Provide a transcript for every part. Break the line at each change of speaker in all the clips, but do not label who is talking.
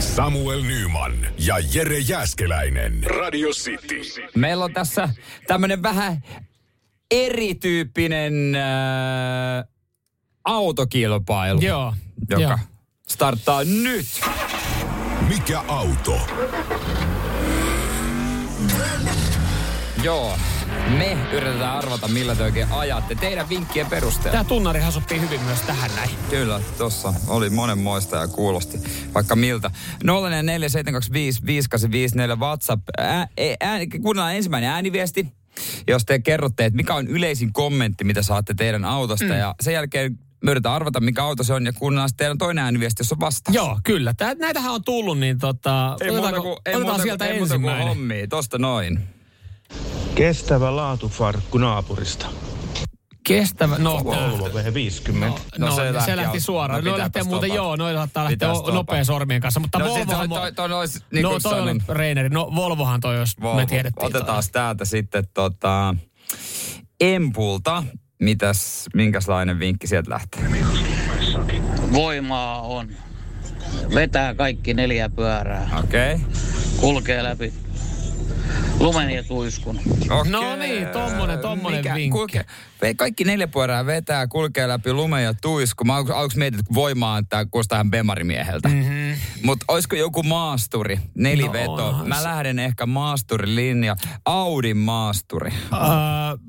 Samuel Nyman ja Jere Jäskeläinen. Radio City.
Meillä on tässä tämmönen vähän erityyppinen äh, autokilpailu,
Joo,
joka
joo.
starttaa nyt.
Mikä auto?
Joo, me yritetään arvata, millä te oikein ajatte. Teidän vinkkien perusteella.
Tämä tunnarihan sopii hyvin myös tähän näin.
Kyllä, tossa oli monenmoista ja kuulosti vaikka miltä. 047255854 WhatsApp. Ää, ää, kuunnellaan ensimmäinen ääniviesti, jos te kerrotte, että mikä on yleisin kommentti, mitä saatte teidän autosta. Mm. Ja sen jälkeen me yritetään arvata, mikä auto se on ja kuunnellaan sitten teidän toinen ääniviesti, jos on vastaus.
Joo, kyllä. Tää, näitähän on tullut, niin tota,
Ei muuta
otetaanko,
kuin, ei
otetaan
muuta
sieltä
kuin, ei muuta kuin
ensimmäinen.
hommia. Tosta noin.
Kestävä laatufarkku naapurista.
Kestävä, no,
Volvo V50. No.
No,
No
no
se
se,
lähti
se lähti
auki.
suoraan.
No
No, no lähtee
pitääpäs
muuten,
topata.
joo, noin saattaa lähteä
Pitääs
o- nopea
topata.
sormien kanssa. Mutta no,
sit
Volvohan,
toi, toi, toi, olisi, niin
no
kuin
toi oli
sanoin.
Reineri. No Volvohan toi, jos Volvo.
Volvo.
me tiedettiin.
Otetaan täältä sitten tota, Empulta. Mitäs, minkälainen vinkki sieltä lähtee?
Voimaa on. Vetää kaikki neljä pyörää.
Okei. Okay.
Kulkee läpi lumen ja tuiskun.
Okay.
No niin, tommonen- tommonen vinkki.
Kulke, ve- kaikki neljä pyörää vetää, kulkee läpi lumen ja tuisku. Mä aluksi, aluksi mietin, että voimaa, että tää kuulostaa ihan bemarimieheltä. Mm-hmm. Mutta olisiko joku maasturi, neliveto?
No,
Mä lähden ehkä maasturilinja, Audin maasturi.
Öö,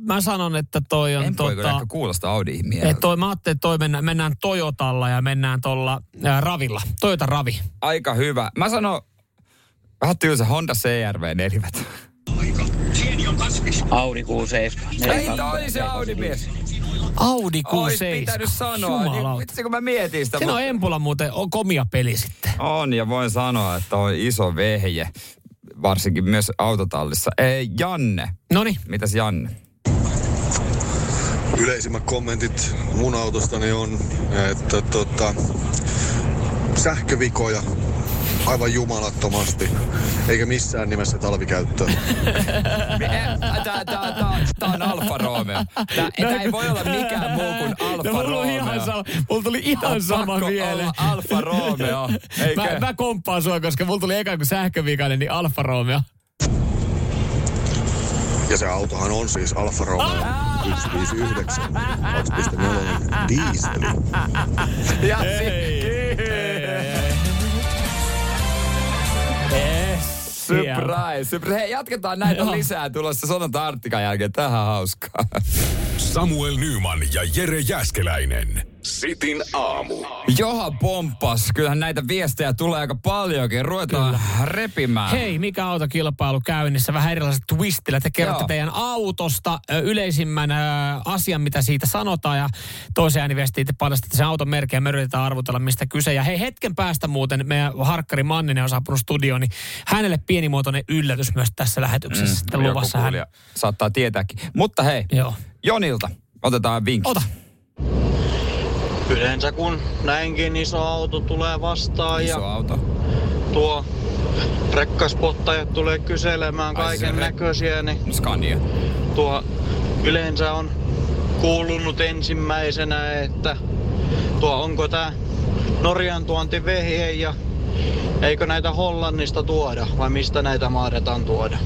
mä sanon, että toi on...
En voi kyllä
Tota,
ehkä kuulosta Audi
et toi, mä ajattelin, että toi mennään, mennään Toyotalla ja mennään tuolla äh, Ravilla. Toyota Ravi.
Aika hyvä. Mä sanon vähän tylsä Honda CRV neliveto.
Audi 6.7.
Ei, toi oli se Audi-mies.
Audi
Ois
67.
pitänyt sanoa. Niin,
Jumalauta.
vitsi, kun mä mietin sitä.
Siinä
mä-
on Empula muuten on komia peli sitten.
On, ja voin sanoa, että on iso vehje. Varsinkin myös autotallissa. Ei, Janne.
Noniin.
Mitäs Janne?
yleisimmät kommentit mun autostani on, että tota, sähkövikoja aivan jumalattomasti, eikä missään nimessä talvikäyttöä.
eh, Tämä on Alfa Romeo. Tämä ei voi olla mikään muu kuin
No,
Alfa
mulla, oli
Romeo.
ihan sama, mulla tuli
Tää on
ihan sama
pakko
mieleen.
olla Alfa Romeo. Eikö?
Mä, mä komppaan sua, koska mulla tuli eka kun sähkövikainen, niin Alfa Romeo.
Ja se autohan on siis Alfa Romeo 159, 2.4 diesel.
Ja si- Eh, Surprise, surprise. Hei, jatketaan näitä
Joo.
lisää tulossa Sonata Artikan jälkeen. Tähän hauskaa.
Samuel Nyman ja Jere Jäskeläinen. Sitin aamu.
Joha pomppas. Kyllähän näitä viestejä tulee aika paljonkin. Ruvetaan repimään.
Hei, mikä autokilpailu käynnissä? Vähän erilaiset twistillä. Te kerrotte
Joo.
teidän autosta ö, yleisimmän ö, asian, mitä siitä sanotaan. Ja toiseen ääniviestiin te paljastatte sen auton merkin ja me yritetään arvutella, mistä kyse. Ja hei, hetken päästä muuten meidän harkkari Manninen on saapunut studioon, niin hänelle pienimuotoinen yllätys myös tässä lähetyksessä mm, sitten
Joku
luvassa. Hän...
kuulija saattaa tietääkin. Mutta hei,
Joo.
Jonilta otetaan vinkki.
Ota.
Yleensä kun näinkin iso auto tulee vastaan
Iso
ja
auto.
tuo rekkaspottajat tulee kyselemään
Ai se
kaiken
rek-
näköisiä, niin
Scania.
tuo yleensä on kuulunut ensimmäisenä, että tuo onko tää Norjan tuonti vehje ja eikö näitä Hollannista tuoda vai mistä näitä mahdetaan tuoda?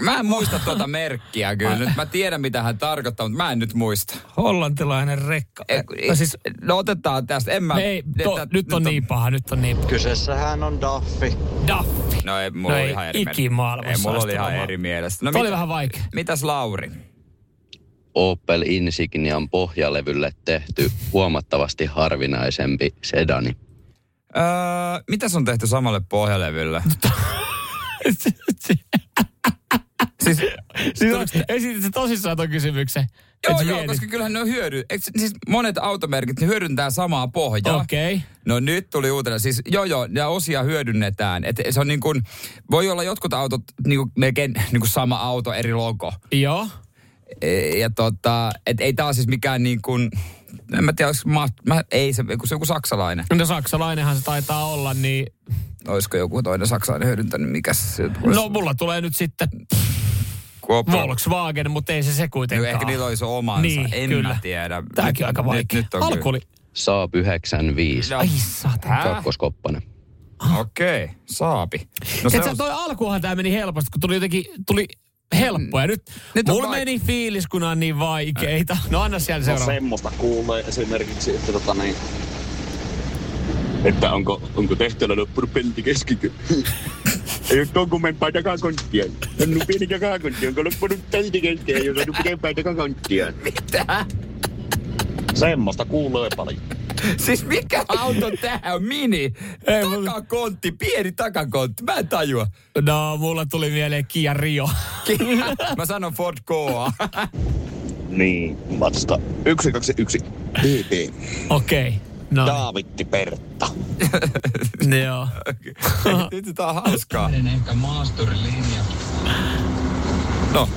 Mä en muista tuota merkkiä kyllä. Nyt mä tiedän, mitä hän tarkoittaa, mutta mä en nyt muista.
Hollantilainen rekka.
E,
No siis,
no otetaan tästä. En mä,
ei, to,
että-
nyt on niin paha, nyt on niin paha.
Kyseessähän on Daffi.
Daffi.
No ei, mulla
No
oli
ei
ihan eri
ikimaailmassa
Ei, mulla
olisi
oli ihan
tullut.
eri mielestä.
No, Tämä oli vähän vaikea.
Mitäs Lauri?
Opel Insignian pohjalevylle tehty huomattavasti harvinaisempi sedani.
Öö, mitäs on tehty samalle pohjalevylle?
siis,
Siis,
Siis esitit se tosissaan ton kysymyksen.
Joo,
Et
joo,
vienyt?
koska kyllähän ne on hyödy. eikö se- Siis monet automerkit ne hyödyntää samaa pohjaa.
Okei.
No nyt tuli uutena. Siis joo joo, ja osia hyödynnetään. Et se on niin kuin, voi olla jotkut autot niin kuin, melkein niin kuin sama auto, eri logo.
Joo.
E- Ja tota, et ei tää ole siis mikään niin kuin, en mä tiedä, onks ma, mä, ei se, kun se on joku saksalainen.
No saksalainenhan se taitaa olla, niin...
Olisiko joku toinen saksalainen hyödyntänyt, mikä se olisi?
No mulla tulee nyt sitten
Kuopio.
Volkswagen, mutta ei se se
No,
kuitenkaan.
ehkä niillä olisi omansa.
Niin,
en
kyllä.
mä tiedä.
Tämäkin on aika
Nyt-
vaikea.
Nyt, nyt on
Alku oli...
Saab 95,
kyllä.
Ai saatana.
Häh?
kakkoskoppana.
Okei, okay. saapi. No
No toi alkuhan tämä meni helposti, kun tuli jotenkin, tuli helppoa. Ja nyt, nyt
Nyt on
mulla
vaik-
meni fiilis, kun on niin vaikeita. No anna siellä seuraava.
semmoista kuulee esimerkiksi, että, tota niin, että onko, onko tehtävä loppunut pelti keskikin. Ei ole konkkumpaa takakonttia. On nyt pieni takakontti, onko loppunut pelti keskikin, ei ole nyt pidempää takakonttia.
Mitä?
Semmoista kuulee paljon.
Siis mikä auto tää on? Mini?
Ei, mulla-
takakontti, pieni takakontti. Mä en tajua.
No, mulla tuli mieleen Kia Rio.
Mä sanon Ford Koa.
Niin. Vatsta 121
Niin,
TT.
Okei. Okay. No,
Daavitti Pertta.
niin, joo.
Nyt tää on hauskaa.
Ehkä maasturilinja.
No,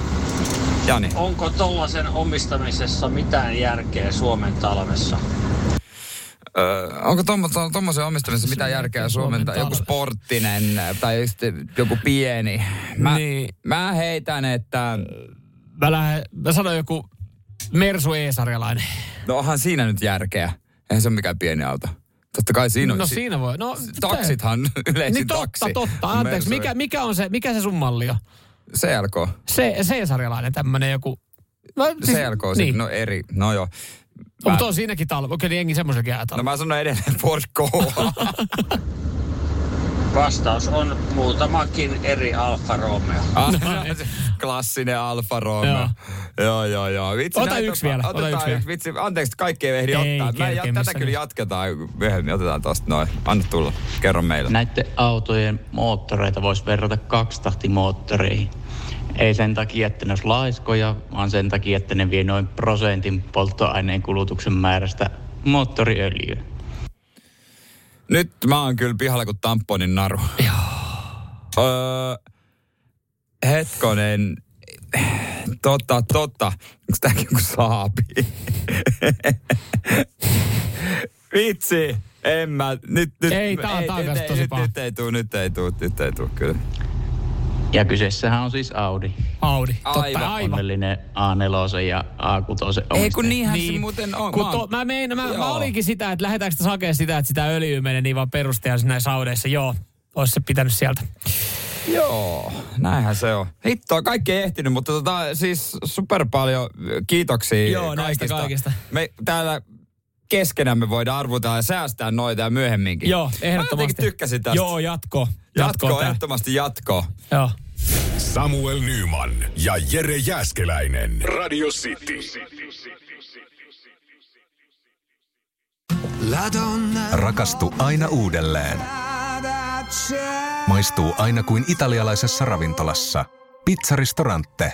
Jani.
Onko tollasen omistamisessa mitään järkeä Suomen talvessa?
Öö, onko tommo- tommosen omistamisessa mitään järkeä Suomen tai joku sporttinen äh, tai sitten joku pieni? Mä,
Niin.
mä heitän, että...
Mä, lähden, mä sanon joku Mersu E-sarjalainen.
No onhan siinä nyt järkeä. Eihän se ole mikään pieni auto. Totta kai siinä on...
No siinä voi. No,
Taksithan yleisin
Niin totta,
taksi.
totta. Anteeksi,
Mersu- E-
mikä, mikä, on se, mikä se sun malli on?
CLK.
Se, C-sarjalainen tämmönen joku. No, siis-
CLK, on
niin.
niin. no eri, no joo.
No,
Mä,
mutta on siinäkin talvi. Okei, niin jengi semmoisenkin jää
no
talvi.
mä sanon edelleen Ford Koa.
Vastaus on muutamakin eri Alfa Romeo.
Ah, Klassinen Alfa Romeo. Joo, joo, joo. Vitsi,
Ota
näitä
yksi
on-
vielä, ota
Otetaan
yksi vielä.
Vitsi, anteeksi, kaikki ei ehdi
Ei
ottaa. Mä,
kerkeä
ja, tätä
missään
kyllä
nimessä.
jatketaan myöhemmin. Otetaan tosta noin. Anna tulla, kerro meille.
Näiden autojen moottoreita voisi verrata kaksitahtimoottoreihin. Ei sen takia, että ne olisi laiskoja, vaan sen takia, että ne vie noin prosentin polttoaineen kulutuksen määrästä moottoriöljyä.
Nyt mä oon kyllä pihalla kuin tamponin naru. Joo. Öö, hetkonen. Totta, totta. Onks tääkin joku saapi? Vitsi. En mä, nyt, nyt,
Ei, tää on- tää on
nyt,
kanssa
ei,
tosi
nyt,
paha.
nyt, ei tuu, nyt ei tuu, nyt ei tuu, kyllä.
Ja kyseessähän on siis Audi.
Audi.
Aivan.
Totta, aivan.
Onnellinen A4 ja A6
Ei kun
omistaja.
niinhän niin. se muuten on.
Kun to, mä, mein, mä, mä
Joo.
olinkin sitä, että lähdetäänkö sitä hakea sitä, että sitä öljyä menee niin vaan perusteella näissä saudeissa. Joo, olisi se pitänyt sieltä.
Joo, näinhän se on. Hittoa, kaikki ei ehtinyt, mutta tota, siis super paljon kiitoksia
Joo, näistä kaikista.
Me täällä keskenämme voidaan arvutella ja säästää noita ja myöhemminkin.
Joo,
Mä
ehdottomasti.
jotenkin tykkäsin tästä.
Joo, jatko.
jatko,
Jatko. tää.
ehdottomasti jatko.
Joo.
Samuel Nyman ja Jere Jäskeläinen. Radio City.
Rakastu aina uudelleen. Maistuu aina kuin italialaisessa ravintolassa. Pizzaristorante.